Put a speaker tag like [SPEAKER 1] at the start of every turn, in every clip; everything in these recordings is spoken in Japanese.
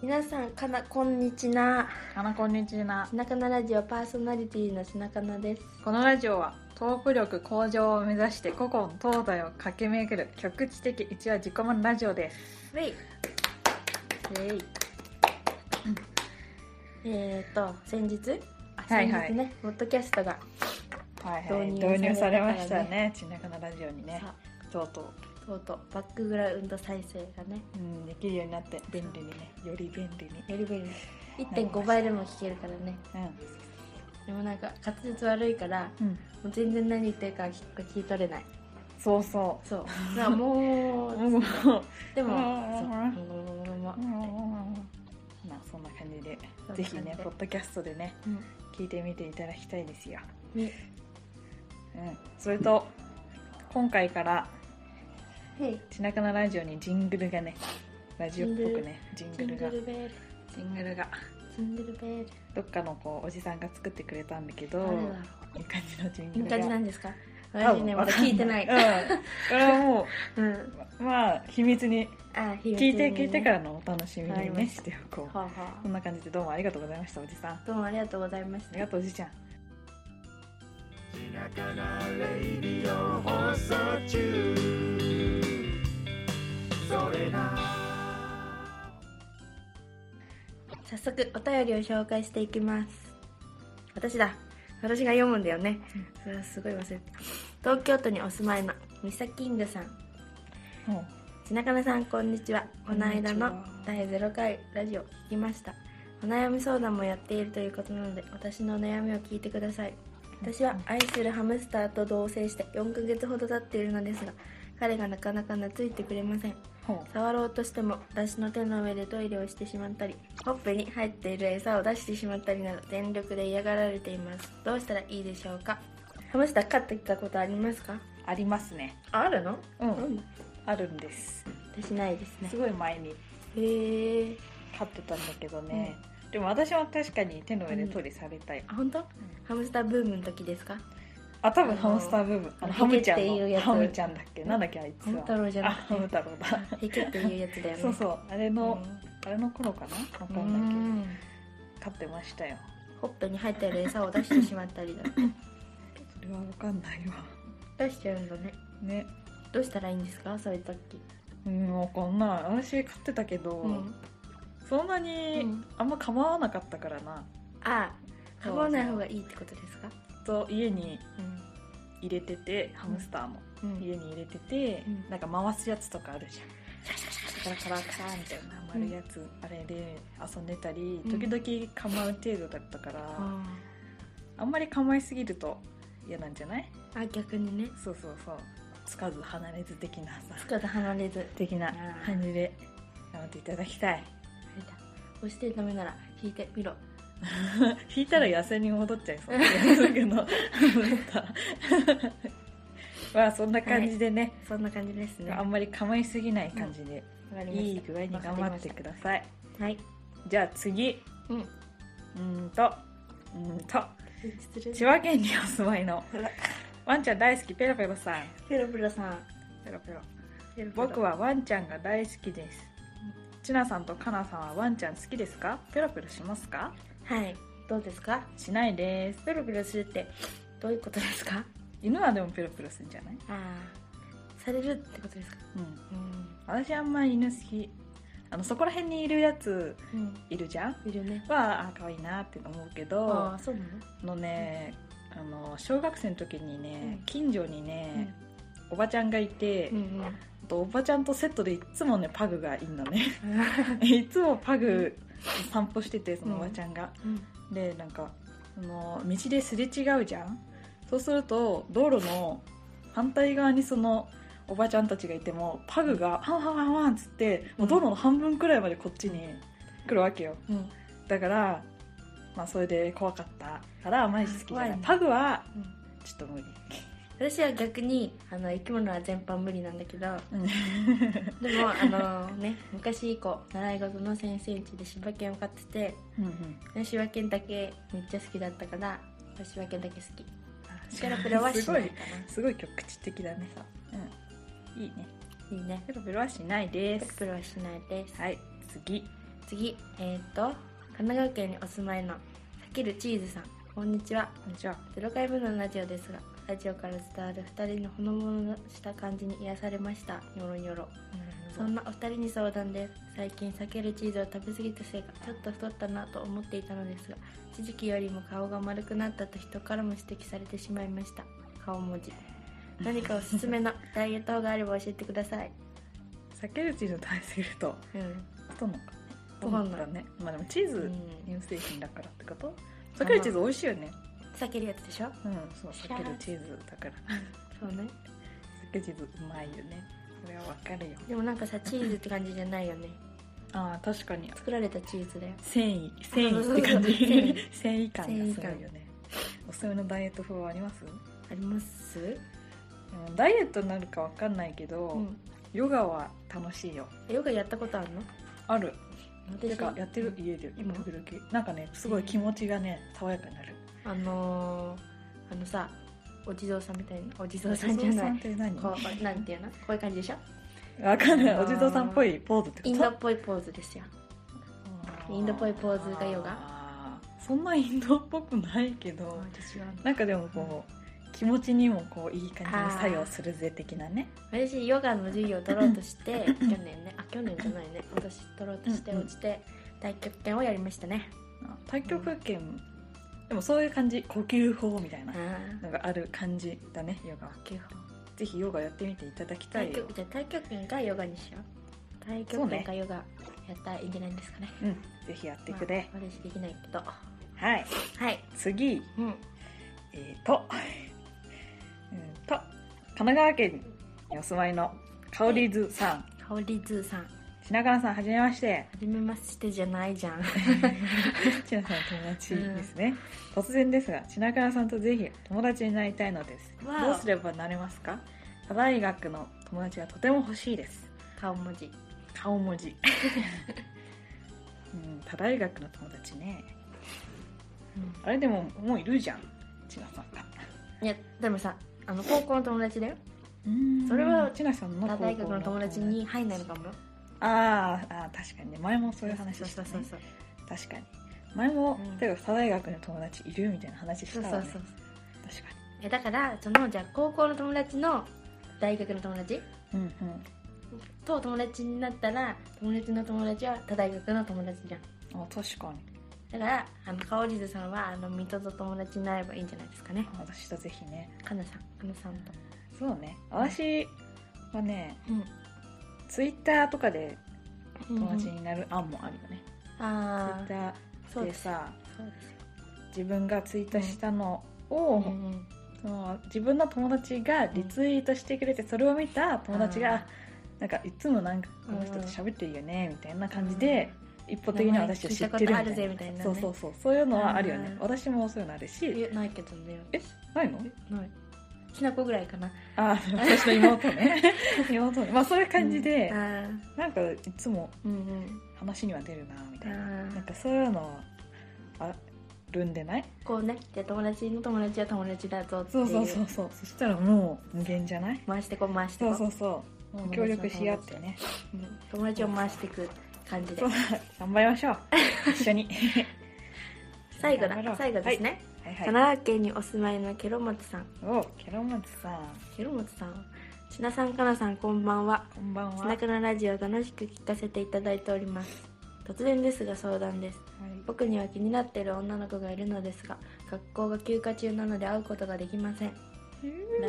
[SPEAKER 1] 皆さんかなこんにちな
[SPEAKER 2] かなこんにちは
[SPEAKER 1] しなかなラジオパーソナリティのしなかなです
[SPEAKER 2] このラジオはトーク力向上を目指して古今東西を駆け巡る局地的一話自己満ラジオです
[SPEAKER 1] はい
[SPEAKER 2] イエイ
[SPEAKER 1] えーと先日あ
[SPEAKER 2] はいはい
[SPEAKER 1] 先日ねポッドキャストが
[SPEAKER 2] はいはい
[SPEAKER 1] 導
[SPEAKER 2] 導
[SPEAKER 1] 入
[SPEAKER 2] 入
[SPEAKER 1] さ
[SPEAKER 2] さ
[SPEAKER 1] れ
[SPEAKER 2] れ
[SPEAKER 1] ま
[SPEAKER 2] ま
[SPEAKER 1] し
[SPEAKER 2] したた
[SPEAKER 1] ね
[SPEAKER 2] ねちなかなラジオにね
[SPEAKER 1] さ
[SPEAKER 2] とうとう、
[SPEAKER 1] とうとうバックグラウンド再生がね
[SPEAKER 2] うん、できるようになって便利にねより便利に
[SPEAKER 1] より便利1.5倍でも聞けるからねでもなんか滑舌悪いから
[SPEAKER 2] うん、うん、
[SPEAKER 1] もう全然何言ってるか聞く聞き取れない
[SPEAKER 2] そうそ
[SPEAKER 1] そうだからも
[SPEAKER 2] う
[SPEAKER 1] う
[SPEAKER 2] もう
[SPEAKER 1] でもそう
[SPEAKER 2] うんう
[SPEAKER 1] もう
[SPEAKER 2] ん
[SPEAKER 1] もうもうもう
[SPEAKER 2] うんまあそんな感じで
[SPEAKER 1] そんな感じで
[SPEAKER 2] ぜひねポッドキャストでね
[SPEAKER 1] うん
[SPEAKER 2] 聞いてみていただきたいですよ
[SPEAKER 1] ね
[SPEAKER 2] うん、それと今回から
[SPEAKER 1] はい
[SPEAKER 2] 「ちなかなラジオ」にジングルがねラジオっぽくねジン
[SPEAKER 1] ジ
[SPEAKER 2] グ
[SPEAKER 1] ン
[SPEAKER 2] ル
[SPEAKER 1] グ
[SPEAKER 2] が
[SPEAKER 1] ルベール
[SPEAKER 2] ジングルが
[SPEAKER 1] ジングルベール
[SPEAKER 2] どっかのこうおじさんが作ってくれたんだけど
[SPEAKER 1] あれだ
[SPEAKER 2] いい感じのジン
[SPEAKER 1] い
[SPEAKER 2] グ
[SPEAKER 1] い
[SPEAKER 2] ルが
[SPEAKER 1] 感じなんですか
[SPEAKER 2] 多
[SPEAKER 1] 私
[SPEAKER 2] 分
[SPEAKER 1] ねまだ聞いてない、
[SPEAKER 2] わかんないうん、これはも
[SPEAKER 1] うん、
[SPEAKER 2] うまあ秘密に
[SPEAKER 1] あ秘密
[SPEAKER 2] 聞いて
[SPEAKER 1] にね
[SPEAKER 2] 聞いてからのお楽しみ
[SPEAKER 1] わかり
[SPEAKER 2] に
[SPEAKER 1] ま
[SPEAKER 2] ね
[SPEAKER 1] し
[SPEAKER 2] しておこう
[SPEAKER 1] はあは
[SPEAKER 2] こんな感じでどうもありがとうございましたおじさんあ
[SPEAKER 1] あどうもありがとうございました
[SPEAKER 2] りがとうおじいちゃん
[SPEAKER 3] ひなかなレイディオ放送中それな
[SPEAKER 1] 早速お便りを紹介していきます私だ私が読むんだよね、それはすごい忘れてた東京都にお住まいのミサキングさん
[SPEAKER 2] も
[SPEAKER 1] ちなかなさんこんにちはこ
[SPEAKER 2] こんに
[SPEAKER 1] の
[SPEAKER 2] ちは
[SPEAKER 1] 間の第0回ラジオ聞きましたお悩み相談もやっているということなので私のお悩みを聞いてください私は愛するハムスターと同棲して4ヶ月ほど経っているのですが彼がなかなか懐いてくれません
[SPEAKER 2] うも
[SPEAKER 1] 触ろうとしても私の手の上でトイレをしてしまったりほっぺに入っている餌を出してしまったりなど全力で嫌がられていますどうしたらいいでしょうかハムスター飼ってきたことありますか
[SPEAKER 2] うありますね
[SPEAKER 1] あるの
[SPEAKER 2] うん、
[SPEAKER 1] うん
[SPEAKER 2] あるんです
[SPEAKER 1] 私ないですね
[SPEAKER 2] すごい前に
[SPEAKER 1] へえ
[SPEAKER 2] 飼ってたんだけどね、でも私は確かに手の上でトイレされたい、
[SPEAKER 1] あ本当ハムスターブームの時ですか
[SPEAKER 2] あ多分ハムスターブーム
[SPEAKER 1] あ
[SPEAKER 2] あ
[SPEAKER 1] の
[SPEAKER 2] のハムちゃん
[SPEAKER 1] ヒゲっていうやつ
[SPEAKER 2] のハムちゃんだっけなんだっけあいつは
[SPEAKER 1] ハム太郎じゃな
[SPEAKER 2] あ
[SPEAKER 1] くて
[SPEAKER 2] ハム太郎 だ
[SPEAKER 1] ヘケっていうやつだよね
[SPEAKER 2] そうそうあれの、あれの頃かなわ
[SPEAKER 1] う
[SPEAKER 2] か
[SPEAKER 1] ん
[SPEAKER 2] んない
[SPEAKER 1] うん
[SPEAKER 2] けど飼ってましたよ
[SPEAKER 1] ほっぺに入っている餌を出してしまったりだ
[SPEAKER 2] それはわかんないわ
[SPEAKER 1] 出しちゃうんだね
[SPEAKER 2] ね
[SPEAKER 1] どうしたらいいんですかそういう時
[SPEAKER 2] うんわかんない私飼ってたけど、そんな
[SPEAKER 1] う
[SPEAKER 2] に
[SPEAKER 1] ん
[SPEAKER 2] あんま構わなかったからな
[SPEAKER 1] ああ
[SPEAKER 2] そう
[SPEAKER 1] わわない方がいいってことですか
[SPEAKER 2] ずっと家に
[SPEAKER 1] うん
[SPEAKER 2] 入れててハムスターも、
[SPEAKER 1] うん
[SPEAKER 2] 家に入れてて、
[SPEAKER 1] うん
[SPEAKER 2] なんか回すやつとかあるじゃん
[SPEAKER 1] シャシャシャシャ
[SPEAKER 2] カラカラカラみたいな丸いやつ、あれで遊んでたり時々構う程度だったから、
[SPEAKER 1] あ
[SPEAKER 2] あんまり構いすぎると嫌なんじゃない
[SPEAKER 1] ーあ逆にね
[SPEAKER 2] そうそうそうつかず離れず的なさ
[SPEAKER 1] つかず離れず
[SPEAKER 2] 的な
[SPEAKER 1] あー
[SPEAKER 2] 感じで頑張っていただきたい
[SPEAKER 1] 押してダメなら引いてみろ
[SPEAKER 2] 引いたら痩せに戻っちゃいそうす ぐのまあそんな感じでね、
[SPEAKER 1] そんな感じですね
[SPEAKER 2] あんまり構いすぎない感じで、
[SPEAKER 1] わかりま
[SPEAKER 2] い
[SPEAKER 1] し
[SPEAKER 2] い具合に頑張ってください
[SPEAKER 1] たはい
[SPEAKER 2] じゃあ次
[SPEAKER 1] うん
[SPEAKER 2] うーんとうーんと千葉県にお住まいの
[SPEAKER 1] あら
[SPEAKER 2] ワンちゃん大好きペロペロさん
[SPEAKER 1] ペロペロさん
[SPEAKER 2] ペロペロ
[SPEAKER 1] ペロペロ
[SPEAKER 2] 僕はワンちゃんが大好きですちなさんとかなさんはワンちゃん好きですかペロペロしますか
[SPEAKER 1] はいどうですか
[SPEAKER 2] しないです
[SPEAKER 1] ペロペロするってどういうことですか
[SPEAKER 2] 犬はでもペロペロするんじゃない
[SPEAKER 1] ああされるってことですか
[SPEAKER 2] うん
[SPEAKER 1] うん、
[SPEAKER 2] 私あんま犬好きあのそこら辺にいるやつ
[SPEAKER 1] うん、
[SPEAKER 2] いるじゃん
[SPEAKER 1] いるね
[SPEAKER 2] はあ可愛いなって思うけ
[SPEAKER 1] あ
[SPEAKER 2] ど
[SPEAKER 1] あそうなの
[SPEAKER 2] あのねあの小学生の時にね
[SPEAKER 1] うん
[SPEAKER 2] 近所にね、おばちゃんがいて、
[SPEAKER 1] うんうん
[SPEAKER 2] あとおばちゃんとセットでいっつもねパグがいいのね いつもパグ散歩しててそのおばちゃんが、でなんかその道ですれ違うじゃんそうすると道路の反対側にそのおばちゃんたちがいてもパグが「ハンハンハンハン」っつってもう道路の半分くらいまでこっちに来るわけよ
[SPEAKER 1] うん
[SPEAKER 2] だからまあそれで怖かったからあまり好きじゃ
[SPEAKER 1] 怖
[SPEAKER 2] ない
[SPEAKER 1] いね
[SPEAKER 2] パグは
[SPEAKER 1] うん
[SPEAKER 2] ちょっと無理
[SPEAKER 1] 私は逆にあの生き物は全般無理なんだけどでもあの ね昔以降習い事の先生んちで柴犬を飼ってて
[SPEAKER 2] うんうん
[SPEAKER 1] で柴犬だけめっちゃ好きだったから柴犬だけ好きペロペロはし
[SPEAKER 2] す
[SPEAKER 1] な
[SPEAKER 2] ご
[SPEAKER 1] い
[SPEAKER 2] い
[SPEAKER 1] か
[SPEAKER 2] すごい局地的だねさ、うん、いいね
[SPEAKER 1] ないいね
[SPEAKER 2] ペロペロはしない
[SPEAKER 1] ペ
[SPEAKER 2] で
[SPEAKER 1] ロ
[SPEAKER 2] す
[SPEAKER 1] ペロはしないです
[SPEAKER 2] はい次
[SPEAKER 1] 次えーっと神奈川県にお住まいのさけるチーズさんこんにちは
[SPEAKER 2] じゃ
[SPEAKER 1] 0回目のラジオですがラジオから伝わる2人のほのぼのした感じに癒されましたニョロニョロ
[SPEAKER 2] あ
[SPEAKER 1] そんなお二人に相談です最近避けるチーズを食べ過ぎたせいかちょっと太ったなと思っていたのですが一時期よりも顔が丸くなったと人からも指摘されてしまいました顔文字何かおすすめ のダイエット法があれば教えてください
[SPEAKER 2] 避けるチーズを食べ過ぎると
[SPEAKER 1] うん
[SPEAKER 2] 太んのか
[SPEAKER 1] 太んない
[SPEAKER 2] だねまあでもチ
[SPEAKER 1] う
[SPEAKER 2] ーズ
[SPEAKER 1] ん
[SPEAKER 2] 乳製品だからってこと避けるチーズ美味しいよね
[SPEAKER 1] 避けるやつでしょ
[SPEAKER 2] うんそう避けるチーズだから
[SPEAKER 1] そうね
[SPEAKER 2] 避けるチーズうまいよねそれはわかるよ
[SPEAKER 1] でもなんかさチーズって感じじゃないよね
[SPEAKER 2] ああ確かに
[SPEAKER 1] 作られたチーズだよ
[SPEAKER 2] 繊維繊維って感じ
[SPEAKER 1] 繊 維
[SPEAKER 2] 繊維感がすごいよねおすすめのダイエット法はあります
[SPEAKER 1] あります
[SPEAKER 2] うんダイエットになるかわかんないけど、
[SPEAKER 1] うん
[SPEAKER 2] ヨガは楽しいよ
[SPEAKER 1] ヨガやったことあるの
[SPEAKER 2] ある
[SPEAKER 1] 私
[SPEAKER 2] てかやってる家で
[SPEAKER 1] 今
[SPEAKER 2] 今時々なんかねすごい気持ちがね爽やかになる
[SPEAKER 1] あのー、あのさお地蔵さんみたいなお地
[SPEAKER 2] お
[SPEAKER 1] 蔵さんじゃ
[SPEAKER 2] 地蔵
[SPEAKER 1] な
[SPEAKER 2] さん
[SPEAKER 1] い
[SPEAKER 2] って何
[SPEAKER 1] こうなんていうのこういう感じでしょ
[SPEAKER 2] わかんない
[SPEAKER 1] あー
[SPEAKER 2] お地蔵さんっぽいポーズってこと
[SPEAKER 1] インドっぽいポーズですよインドっぽいポーズがヨガ
[SPEAKER 2] ガそんなインドっぽくないけど
[SPEAKER 1] 私
[SPEAKER 2] なんかでもこう気持ちにもこういい感じに作用するぜ的なね
[SPEAKER 1] ヨガの授業を取ろうとして 去年ねあ去年じゃないね私取ろうとして
[SPEAKER 2] うんうん
[SPEAKER 1] 落ちて太極拳をやりましたね
[SPEAKER 2] あ太極拳、でもそういう感じ呼吸法みたいな
[SPEAKER 1] ああ
[SPEAKER 2] のがある感じだねヨガは
[SPEAKER 1] 基本
[SPEAKER 2] ぜひヨガやってみていただきた
[SPEAKER 1] 太
[SPEAKER 2] いよ
[SPEAKER 1] 極じゃあ太極拳かヨガにしよう太極拳かヨガやったらいいんじゃないですかね
[SPEAKER 2] うんぜひやってくれ、
[SPEAKER 1] まあ私できないけど
[SPEAKER 2] はい
[SPEAKER 1] はい
[SPEAKER 2] 次
[SPEAKER 1] うん
[SPEAKER 2] えー、と、 うんと、神奈川県にお住まいのかおりずさん、
[SPEAKER 1] かおりずーさんは
[SPEAKER 2] 品川さん、はじめまして。
[SPEAKER 1] じめましてじゃないじゃん
[SPEAKER 2] ちなさん友達ですね、突然ですが、品川さんとぜひ友達になりたいのです。
[SPEAKER 1] わお
[SPEAKER 2] どうすればなれますか他大学の友達がとても欲しいです。
[SPEAKER 1] 顔文字
[SPEAKER 2] 顔文 字。うん、他大学の友達ね。
[SPEAKER 1] うん
[SPEAKER 2] あれでも、もういるじゃん、ちなさんが。
[SPEAKER 1] いやでもさあの高校の友達だよ
[SPEAKER 2] それはちなさんの
[SPEAKER 1] 他
[SPEAKER 2] 高校
[SPEAKER 1] 大学の友達に入んないのかもよ
[SPEAKER 2] あーあー確かにね前もそういう話した、
[SPEAKER 1] そう
[SPEAKER 2] ね、
[SPEAKER 1] そうそう
[SPEAKER 2] 確かに前も、
[SPEAKER 1] うん
[SPEAKER 2] 例えば他大学の友達いるみたいな話し
[SPEAKER 1] そうそう
[SPEAKER 2] た
[SPEAKER 1] そ
[SPEAKER 2] わ
[SPEAKER 1] う
[SPEAKER 2] ね
[SPEAKER 1] そう
[SPEAKER 2] 確か
[SPEAKER 1] えだからそのじゃあ高校の友達の大学の友達
[SPEAKER 2] にうんう
[SPEAKER 1] と友達になったら友達の友達は他大学の友達じゃん
[SPEAKER 2] んあ確かに
[SPEAKER 1] だからあのかおりずさんはあの水戸と友達になればいいんじゃないですかね
[SPEAKER 2] あ私とぜひね
[SPEAKER 1] かなさんかなさんと
[SPEAKER 2] そうね私はね
[SPEAKER 1] う
[SPEAKER 2] ツイッターとかで
[SPEAKER 1] ん
[SPEAKER 2] 友達になる案もあるよね、ツイ
[SPEAKER 1] あ
[SPEAKER 2] ッタ
[SPEAKER 1] あそ
[SPEAKER 2] ー
[SPEAKER 1] う
[SPEAKER 2] で
[SPEAKER 1] です
[SPEAKER 2] さ
[SPEAKER 1] そうですよ
[SPEAKER 2] 自分がツイートしたのを、
[SPEAKER 1] うんうん
[SPEAKER 2] その自分の友達がリツイートしてくれてそれを見た友達
[SPEAKER 1] うん
[SPEAKER 2] がなんかいつもなんかこの人と喋ってるよねみたいな感じで一方的に私を知って
[SPEAKER 1] 名前聞いたこ
[SPEAKER 2] る
[SPEAKER 1] とあるぜみたいなね
[SPEAKER 2] そうそうそうそういうのはあるよ
[SPEAKER 1] う
[SPEAKER 2] ね
[SPEAKER 1] ん
[SPEAKER 2] 私もそういうのあるし
[SPEAKER 1] えないけどね
[SPEAKER 2] えないの
[SPEAKER 1] えないきなこぐらいかな
[SPEAKER 2] あ ー私の妹ね 妹ねまあそういう感じで
[SPEAKER 1] あー
[SPEAKER 2] なんかいつも
[SPEAKER 1] うんうん
[SPEAKER 2] 話には出るなみたいな
[SPEAKER 1] うん
[SPEAKER 2] なんかそういうのはあるんでない
[SPEAKER 1] こうねじゃあ友達の友達は友達だぞってい
[SPEAKER 2] そううそうそうそうそしたらもう無限じゃない
[SPEAKER 1] 回してこう回してこ
[SPEAKER 2] そううそうそう協力し合ってね
[SPEAKER 1] うん友達を回していく感じで
[SPEAKER 2] そう頑張りま しょう一緒に
[SPEAKER 1] 最後だ
[SPEAKER 2] 頑張ろう
[SPEAKER 1] 最後ですね、
[SPEAKER 2] はい
[SPEAKER 1] 神
[SPEAKER 2] はい
[SPEAKER 1] 奈川県にお住まいのケロモツさん
[SPEAKER 2] おケロマツさん
[SPEAKER 1] ケロモツさんちなさんかなさんこんばんは
[SPEAKER 2] こんばん
[SPEAKER 1] 「
[SPEAKER 2] は
[SPEAKER 1] ちなかなラジオ」楽しく聞かせていただいております突然ですが相談です
[SPEAKER 2] はい
[SPEAKER 1] 僕には気になっている女の子がいるのですが学校が休暇中なので会うことができませんな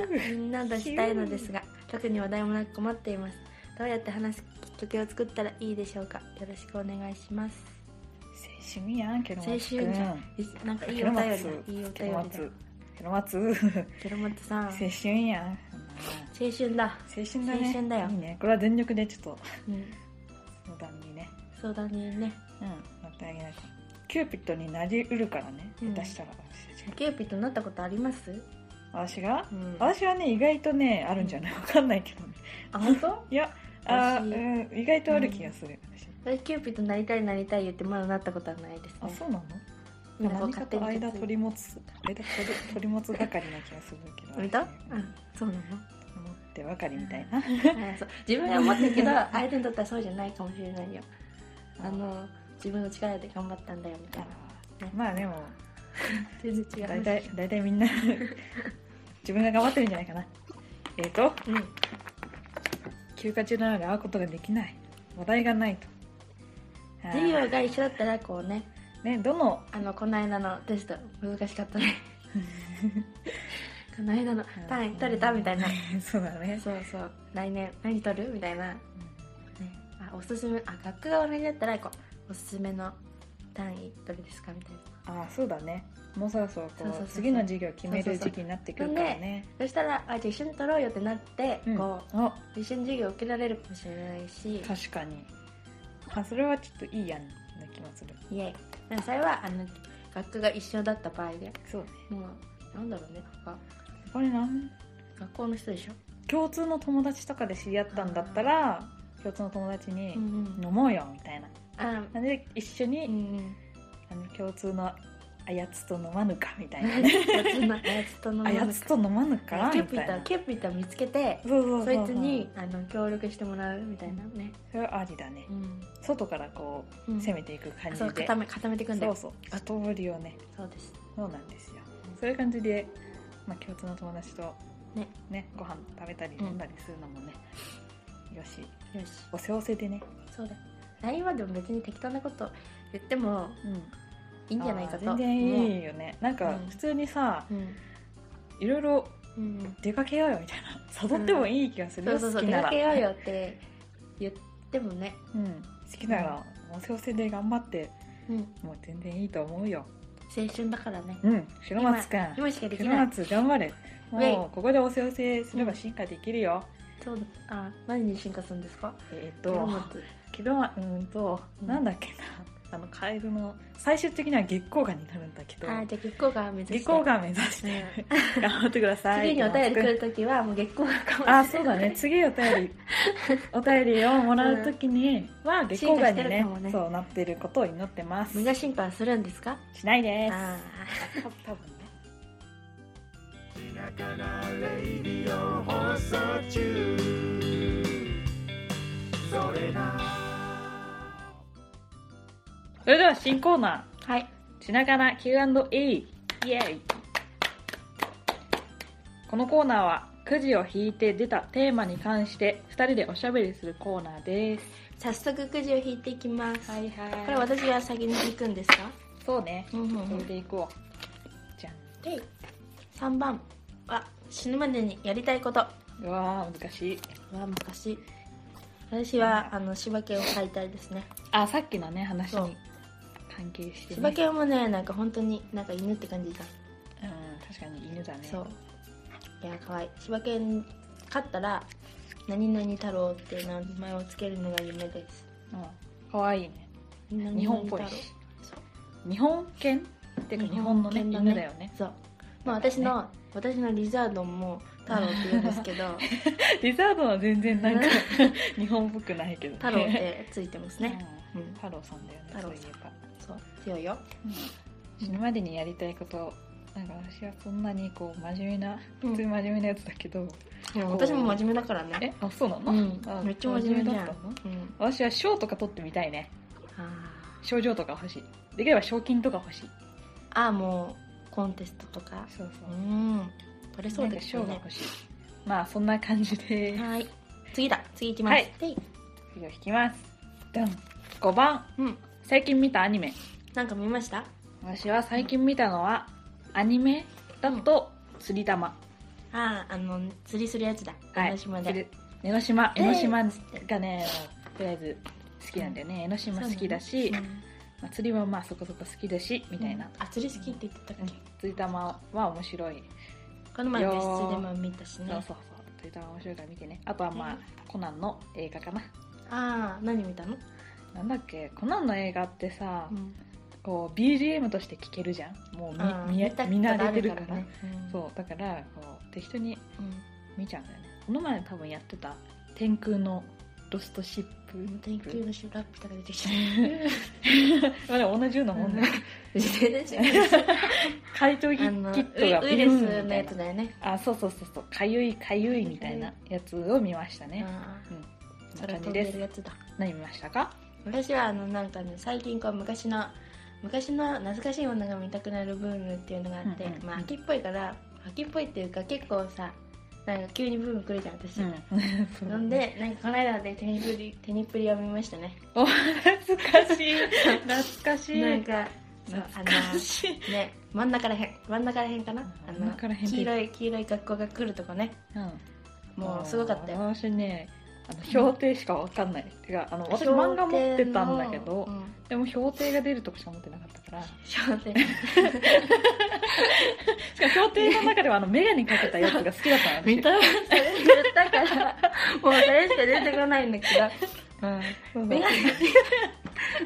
[SPEAKER 1] みんなとしたいのですが特に話題もなく困っていますどうやって話すきっかけを作ったらいいでしょうかよろしくお願いします
[SPEAKER 2] 青春やんケロマツ
[SPEAKER 1] 青春じゃんいなんかいいお便りだいいお
[SPEAKER 2] ケロ
[SPEAKER 1] 便
[SPEAKER 2] マ
[SPEAKER 1] りだ
[SPEAKER 2] ツケロマ ツ
[SPEAKER 1] ケロマツさん
[SPEAKER 2] 青
[SPEAKER 1] 青
[SPEAKER 2] 春やん
[SPEAKER 1] 春だ、
[SPEAKER 2] 青春だね
[SPEAKER 1] 青春だよ
[SPEAKER 2] いいねこれは全力でちょっと
[SPEAKER 1] うん、
[SPEAKER 2] 相談にね
[SPEAKER 1] 相談にね
[SPEAKER 2] うん乗ってあげないとキューピッドになりうるからね
[SPEAKER 1] うん
[SPEAKER 2] 下手したら私たち
[SPEAKER 1] キューピッドになったことあります、
[SPEAKER 2] が私が
[SPEAKER 1] うん、
[SPEAKER 2] 私はね意外とねあるんじゃないわかんないけどね
[SPEAKER 1] あ本当
[SPEAKER 2] いやあ
[SPEAKER 1] 私
[SPEAKER 2] ーうん意外とある気がする私
[SPEAKER 1] 私キューピッドになりたいなりたい言ってまだなったことはないですね
[SPEAKER 2] あそうなの
[SPEAKER 1] なんか
[SPEAKER 2] 何か
[SPEAKER 1] 勝手
[SPEAKER 2] と
[SPEAKER 1] に
[SPEAKER 2] 間取り持つ間取り取り持つばかりな気がするけ ど
[SPEAKER 1] 本当う
[SPEAKER 2] 私
[SPEAKER 1] んそうなの
[SPEAKER 2] 思ってばかりみたいな
[SPEAKER 1] あそう自分は思ってるけど相手にとってはそうじゃないかもしれないよあの自分の力で頑張ったんだよみたいな
[SPEAKER 2] まあでも
[SPEAKER 1] 全然違う
[SPEAKER 2] 大体大体 みんな自分が頑張ってるんじゃないかなえっ、と
[SPEAKER 1] うん
[SPEAKER 2] 休暇中なので会うことができない話題がないとあ
[SPEAKER 1] 授
[SPEAKER 2] ー
[SPEAKER 1] 業が一緒だったらこうね
[SPEAKER 2] ねどの
[SPEAKER 1] あのこの間のテスト難しかったね この間の単位取れ たみたいな
[SPEAKER 2] そうだね
[SPEAKER 1] そうそう来年何取るみたいな、ね、あおすすめあ学科が同じだったらこうおすすめの単位どれですかみたいな
[SPEAKER 2] あーそうだねもうそろそろこう
[SPEAKER 1] そうそうそうそう
[SPEAKER 2] 次の授業決める時期になってくるからね
[SPEAKER 1] そしたらあじゃあ一緒に取ろうよってなって、
[SPEAKER 2] うん
[SPEAKER 1] こ
[SPEAKER 2] あ
[SPEAKER 1] う一緒に授業受けられるかもしれないし
[SPEAKER 2] 確かにあそれはちょっといいやんな気もする
[SPEAKER 1] イエイでもそれはあの学科が一緒だった場合で
[SPEAKER 2] そうね
[SPEAKER 1] もうなんだろうね他
[SPEAKER 2] これなん
[SPEAKER 1] 学校の人でしょ、
[SPEAKER 2] 共通の友達とかで知り合ったんだったら共通の友達に
[SPEAKER 1] うん
[SPEAKER 2] 飲もうよみたいな
[SPEAKER 1] あ
[SPEAKER 2] なんで一緒に、
[SPEAKER 1] うん
[SPEAKER 2] あの共通のあやつと飲まぬかみたいなね
[SPEAKER 1] やつのやつとの
[SPEAKER 2] あやつと飲まぬか
[SPEAKER 1] キュ
[SPEAKER 2] み
[SPEAKER 1] ーピー
[SPEAKER 2] たい
[SPEAKER 1] タ
[SPEAKER 2] な
[SPEAKER 1] ーキューピーター見つけて
[SPEAKER 2] そうそう
[SPEAKER 1] そ
[SPEAKER 2] そう
[SPEAKER 1] いつにあの協力してもらうみたいなね、
[SPEAKER 2] それはありだね
[SPEAKER 1] うん
[SPEAKER 2] 外からこ
[SPEAKER 1] う
[SPEAKER 2] うん攻めていく感じ
[SPEAKER 1] そう
[SPEAKER 2] で
[SPEAKER 1] 固め固めていくんだ
[SPEAKER 2] そう
[SPEAKER 1] よ
[SPEAKER 2] そうストーリーをね
[SPEAKER 1] そうです
[SPEAKER 2] そうなんですよそういう感じで、まあ、共通の友達と
[SPEAKER 1] ね
[SPEAKER 2] ねご飯食べたり飲んだりするのもね、よし
[SPEAKER 1] よし
[SPEAKER 2] おせおせでね、
[SPEAKER 1] そうだ LINE はでも別に適当なこと言ってもいいんじゃないかと
[SPEAKER 2] あー全然いいよねなんか
[SPEAKER 1] うん
[SPEAKER 2] 普通にさ、
[SPEAKER 1] うん
[SPEAKER 2] いろいろ
[SPEAKER 1] うん
[SPEAKER 2] 出かけようよみたいな 誘ってもいい気がする
[SPEAKER 1] そ
[SPEAKER 2] よ、
[SPEAKER 1] うそうそう
[SPEAKER 2] 好
[SPEAKER 1] 出
[SPEAKER 2] きな
[SPEAKER 1] からけようよって言ってもね
[SPEAKER 2] うん、好きならおせおせで頑張って
[SPEAKER 1] うん
[SPEAKER 2] もう全然いいと思うよ
[SPEAKER 1] 青春だからね
[SPEAKER 2] うん白松くん
[SPEAKER 1] 今しかでき
[SPEAKER 2] 白
[SPEAKER 1] ない
[SPEAKER 2] 松頑張れ
[SPEAKER 1] ウェイ
[SPEAKER 2] もうここでおせおせすれば進化できるよ、
[SPEAKER 1] そうだあ何に進化するんですか
[SPEAKER 2] えっ、
[SPEAKER 1] 白
[SPEAKER 2] と
[SPEAKER 1] 松
[SPEAKER 2] けどまうーんと、
[SPEAKER 1] うん
[SPEAKER 2] なんだっけなあのカエルの最終的には月光がになるんだけど
[SPEAKER 1] あじゃあ月光が目指して
[SPEAKER 2] 月光が目指して、 頑張ってください
[SPEAKER 1] 次にお便り来るときはもう月光がかもしれない
[SPEAKER 2] あそうだね次お便 りお便りをもらう時には月光が
[SPEAKER 1] 進化
[SPEAKER 2] に
[SPEAKER 1] してる
[SPEAKER 2] ね
[SPEAKER 1] かもね
[SPEAKER 2] そうなってることを祈ってます
[SPEAKER 1] 無駄進化するんですか
[SPEAKER 2] しないです
[SPEAKER 1] ああ
[SPEAKER 2] 多分ね
[SPEAKER 3] 田舎なレイディオ放送中それな
[SPEAKER 2] それでは新コーナ
[SPEAKER 1] はい
[SPEAKER 2] ー「しながら Q&A」イエーイこのコーナーはくじを引いて出たテーマに関して2人でおしゃべりするコーナーです
[SPEAKER 1] 早速くじを引いていきます、
[SPEAKER 2] いは
[SPEAKER 1] これ私が先に引くんですか
[SPEAKER 2] そうね
[SPEAKER 1] うんうん
[SPEAKER 2] 引いていこうじゃ
[SPEAKER 1] 3番は死ぬまでにやりたいこと
[SPEAKER 2] んうわー難しい
[SPEAKER 1] は昔私はあの柴犬を飼いたいですね
[SPEAKER 2] あさっきのね話
[SPEAKER 1] そう
[SPEAKER 2] に関係して、ね、
[SPEAKER 1] 柴犬もねなんか本当になんか犬って感じだ、
[SPEAKER 2] うん確かに犬だね
[SPEAKER 1] そういや可愛い柴犬飼ったら何々太郎っていう名前をつけるのが夢です
[SPEAKER 2] うん、かわいいね日
[SPEAKER 1] 日
[SPEAKER 2] 本っぽいし日本犬っていうか日本の
[SPEAKER 1] 日
[SPEAKER 2] ね
[SPEAKER 1] 本犬だね
[SPEAKER 2] 犬だよね
[SPEAKER 1] そうまあ私の、私のリザードンも太郎って言うんですけど
[SPEAKER 2] リザードは全然なんか 日本っぽくないけどね
[SPEAKER 1] 太郎ってついてますね、
[SPEAKER 2] うん
[SPEAKER 1] うん
[SPEAKER 2] 太郎さんだよね
[SPEAKER 1] 太
[SPEAKER 2] そ
[SPEAKER 1] 郎
[SPEAKER 2] うい
[SPEAKER 1] さん
[SPEAKER 2] えば、
[SPEAKER 1] そう強いよ
[SPEAKER 2] うん死ぬまでにやりたいことなんか私はそんなにこう真面目な
[SPEAKER 1] うん
[SPEAKER 2] 普通に真面目なやつだけど、
[SPEAKER 1] でも私も真面目だからね
[SPEAKER 2] えあそうなの、
[SPEAKER 1] うん
[SPEAKER 2] あ
[SPEAKER 1] めっちゃ真面目じゃん
[SPEAKER 2] だったの
[SPEAKER 1] うん
[SPEAKER 2] 私は賞とか取ってみたいね
[SPEAKER 1] あ
[SPEAKER 2] 賞状とか欲しいできれば賞金とか欲しい
[SPEAKER 1] ーあーもうコンテストとか
[SPEAKER 2] そう
[SPEAKER 1] う
[SPEAKER 2] そう、
[SPEAKER 1] ん取れそう
[SPEAKER 2] なん
[SPEAKER 1] で
[SPEAKER 2] か
[SPEAKER 1] す
[SPEAKER 2] 賞
[SPEAKER 1] よ
[SPEAKER 2] が
[SPEAKER 1] ね
[SPEAKER 2] 欲しいまあそんな感じで
[SPEAKER 1] はい次だ次いきます、
[SPEAKER 2] はい
[SPEAKER 1] で
[SPEAKER 2] 次を引きますドン5番
[SPEAKER 1] うん
[SPEAKER 2] 最近見たアニメ
[SPEAKER 1] なんか見ました
[SPEAKER 2] 私は最近見たのはアニメだと釣り玉、
[SPEAKER 1] あああの釣りするやつだ
[SPEAKER 2] はい
[SPEAKER 1] 江ノ島
[SPEAKER 2] 釣
[SPEAKER 1] で
[SPEAKER 2] り江ノ島
[SPEAKER 1] え
[SPEAKER 2] 江
[SPEAKER 1] ー
[SPEAKER 2] ノ島がね、とりあえず好きなんだよね江ノ島好きだし、
[SPEAKER 1] うん
[SPEAKER 2] まあ、釣りもまあそこそこ好きだしみたいな、
[SPEAKER 1] あ釣り好きって言ってたっけ、
[SPEAKER 2] 釣り玉は面白い、
[SPEAKER 1] この前
[SPEAKER 2] よー
[SPEAKER 1] 別室でも見たしね
[SPEAKER 2] そうそうそう釣り玉面白いから見てねあとはまあ、
[SPEAKER 1] うん
[SPEAKER 2] コナンの映画かな
[SPEAKER 1] ああ何見たの、
[SPEAKER 2] なんだっけコナンの映画ってさ、
[SPEAKER 1] うん
[SPEAKER 2] こう BGM として聴けるじゃんもうみ
[SPEAKER 1] あー
[SPEAKER 2] 見え
[SPEAKER 1] た
[SPEAKER 2] 見慣れてるから
[SPEAKER 1] ことあね、うん
[SPEAKER 2] そうだからこう適当に
[SPEAKER 1] うん
[SPEAKER 2] 見ちゃうんだよねこの前多分やってた天空のロストシップ
[SPEAKER 1] 天空のシュラピュタが出てきた。
[SPEAKER 2] まあでも同じようなもんだよ、
[SPEAKER 1] 全然違う
[SPEAKER 2] 怪盗キ
[SPEAKER 1] あのウ
[SPEAKER 2] ットが
[SPEAKER 1] イウイ
[SPEAKER 2] ビ
[SPEAKER 1] ル
[SPEAKER 2] ュ
[SPEAKER 1] ス
[SPEAKER 2] ーン
[SPEAKER 1] の
[SPEAKER 2] みた
[SPEAKER 1] や
[SPEAKER 2] い
[SPEAKER 1] つ
[SPEAKER 2] な
[SPEAKER 1] だよね。
[SPEAKER 2] あそうそうそうそうかゆいかゆいみたいなやつを見ましたね
[SPEAKER 1] あ
[SPEAKER 2] うん
[SPEAKER 1] ー
[SPEAKER 2] そ
[SPEAKER 1] そ
[SPEAKER 2] んな
[SPEAKER 1] れ
[SPEAKER 2] 感じ
[SPEAKER 1] 飛ん
[SPEAKER 2] で
[SPEAKER 1] でするやつだ。
[SPEAKER 2] 何見ましたか
[SPEAKER 1] 私はあのなんかね最近こう昔の昔の懐かしいものが見たくなるブームっていうのがあって、
[SPEAKER 2] うんうんうん
[SPEAKER 1] まあ秋っぽいから秋っぽいっていうか結構さなんか急にブーム来るじゃん私、
[SPEAKER 2] うん、
[SPEAKER 1] なんでなんかこの間でテニプリテニプリを見ましたね
[SPEAKER 2] お 懐か しい懐かしい
[SPEAKER 1] なんかそうあ
[SPEAKER 2] 懐か
[SPEAKER 1] の
[SPEAKER 2] しい、
[SPEAKER 1] ね真ん中らへん真ん中らへんかなあ
[SPEAKER 2] 真ん
[SPEAKER 1] の
[SPEAKER 2] 中らへんって
[SPEAKER 1] 黄色い黄色い学校が来るとこね
[SPEAKER 2] うん、
[SPEAKER 1] もうすごかったよ
[SPEAKER 2] 私ねあの標定しかわかんない、てかあの私漫画持ってたんだけど、でも標定が出るとこしか持ってなかったから
[SPEAKER 1] 商店
[SPEAKER 2] しかも標定の中ではあの眼鏡かけたやつが好きだったの私
[SPEAKER 1] 見た目それ言った からもうそれしか出てこないんだけど
[SPEAKER 2] うんそうそう
[SPEAKER 1] メガネ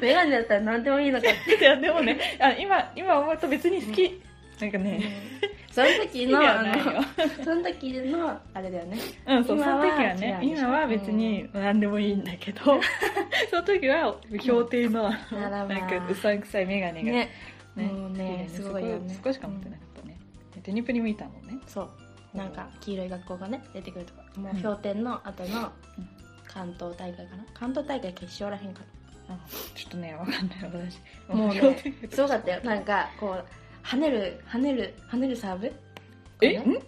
[SPEAKER 1] メガネだったら何でもいいのかって
[SPEAKER 2] いやでもねあ今今思うと別に好き、なんかね、
[SPEAKER 1] その時
[SPEAKER 2] 好きで
[SPEAKER 1] の
[SPEAKER 2] は
[SPEAKER 1] あ
[SPEAKER 2] ないよ
[SPEAKER 1] のその時のあれだよね
[SPEAKER 2] うん、そうそ
[SPEAKER 1] 今
[SPEAKER 2] の
[SPEAKER 1] は
[SPEAKER 2] 時はね
[SPEAKER 1] 違うでしょ
[SPEAKER 2] 今は別に何でもいいんだ けど、その時は標定の、あの
[SPEAKER 1] ならまあ
[SPEAKER 2] なんかうさんくさい眼鏡がね
[SPEAKER 1] ねもうね
[SPEAKER 2] 好き
[SPEAKER 1] す
[SPEAKER 2] で
[SPEAKER 1] ごいよね
[SPEAKER 2] そこそこしか持ってなかったね、テニプリもいたもんね
[SPEAKER 1] そうなんか黄色い学校がね出てくるとかも
[SPEAKER 2] う
[SPEAKER 1] うん氷点の後の
[SPEAKER 2] うん
[SPEAKER 1] 関東大会かな関東大会決勝らへんか
[SPEAKER 2] あちょっとねわかんない私
[SPEAKER 1] なもうねすごかったよなんかこう跳ねる跳ねる跳ねるサーブ
[SPEAKER 2] え
[SPEAKER 1] こうね
[SPEAKER 2] ん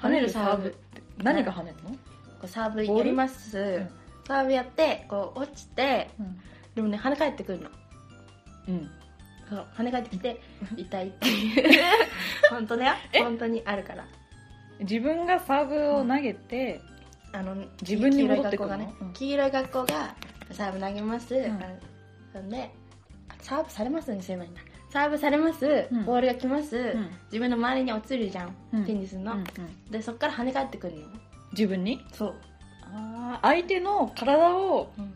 [SPEAKER 1] 跳ねるサーブ
[SPEAKER 2] って何が跳ねるの、
[SPEAKER 1] こうサーブ
[SPEAKER 2] ボー
[SPEAKER 1] や
[SPEAKER 2] ル
[SPEAKER 1] ります
[SPEAKER 2] ん
[SPEAKER 1] サーブやってこう落ちて
[SPEAKER 2] うん
[SPEAKER 1] でもね跳ね返ってくるの
[SPEAKER 2] うん、
[SPEAKER 1] そう跳ね返ってきて痛いっていう本当だよ
[SPEAKER 2] え
[SPEAKER 1] 本当にあるから
[SPEAKER 2] 自分がサーブを投げて、
[SPEAKER 1] あの
[SPEAKER 2] 自分に戻ってくるの
[SPEAKER 1] 黄色い学校がね黄色い学校がサーブ投げます、
[SPEAKER 2] ん
[SPEAKER 1] あのそんであサーブされますにすればいいんだサーブされます、
[SPEAKER 2] うん
[SPEAKER 1] ボールが来ます、
[SPEAKER 2] うん
[SPEAKER 1] 自分の周りに落ちるじゃん、
[SPEAKER 2] うん
[SPEAKER 1] テニスの、
[SPEAKER 2] うんうん
[SPEAKER 1] でそっから跳ね返ってくるの
[SPEAKER 2] 自分に
[SPEAKER 1] そう、
[SPEAKER 2] あー相手の体を
[SPEAKER 1] うん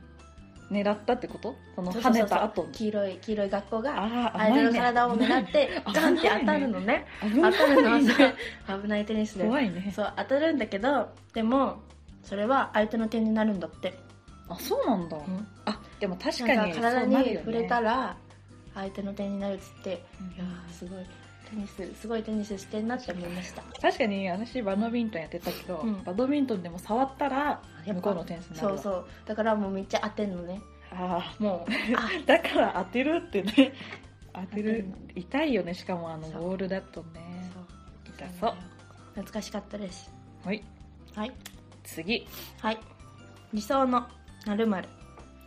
[SPEAKER 2] 狙ったってことその
[SPEAKER 1] そう
[SPEAKER 2] 跳
[SPEAKER 1] そうそう
[SPEAKER 2] ねた後に
[SPEAKER 1] 黄色い黄色い学校が
[SPEAKER 2] あー
[SPEAKER 1] 相手の体を狙って
[SPEAKER 2] 危ない
[SPEAKER 1] ガンっ
[SPEAKER 2] ね
[SPEAKER 1] て当たるのね
[SPEAKER 2] 危
[SPEAKER 1] 当
[SPEAKER 2] な
[SPEAKER 1] たるのはい
[SPEAKER 2] ね
[SPEAKER 1] そう危ないテニスで
[SPEAKER 2] 怖い ね
[SPEAKER 1] そう当たるんだけどでもそれは相手の点になるんだって、
[SPEAKER 2] あそうなんだ、
[SPEAKER 1] うん
[SPEAKER 2] あでも確
[SPEAKER 1] な
[SPEAKER 2] か
[SPEAKER 1] ん
[SPEAKER 2] に
[SPEAKER 1] か体に触れた
[SPEAKER 2] ら、
[SPEAKER 1] ら相手の点になるっつって
[SPEAKER 2] うん
[SPEAKER 1] いやーすごいテニスすごいテニスしてんなって思いました
[SPEAKER 2] 確かに私バドミントンやってたけど、
[SPEAKER 1] うん
[SPEAKER 2] バドミントンでも触ったら
[SPEAKER 1] やっぱ
[SPEAKER 2] 向こうの点数に
[SPEAKER 1] そ
[SPEAKER 2] なるわ
[SPEAKER 1] うそうだからもうめっちゃ当てんのね
[SPEAKER 2] あ
[SPEAKER 1] もうあ
[SPEAKER 2] あだから当てるってね当てる
[SPEAKER 1] 当
[SPEAKER 2] 痛いよねしかもあの
[SPEAKER 1] そう
[SPEAKER 2] ボールだとね
[SPEAKER 1] そう
[SPEAKER 2] 痛そう
[SPEAKER 1] 懐かしかったです
[SPEAKER 2] はい
[SPEAKER 1] はい
[SPEAKER 2] 次
[SPEAKER 1] はい理想のまる理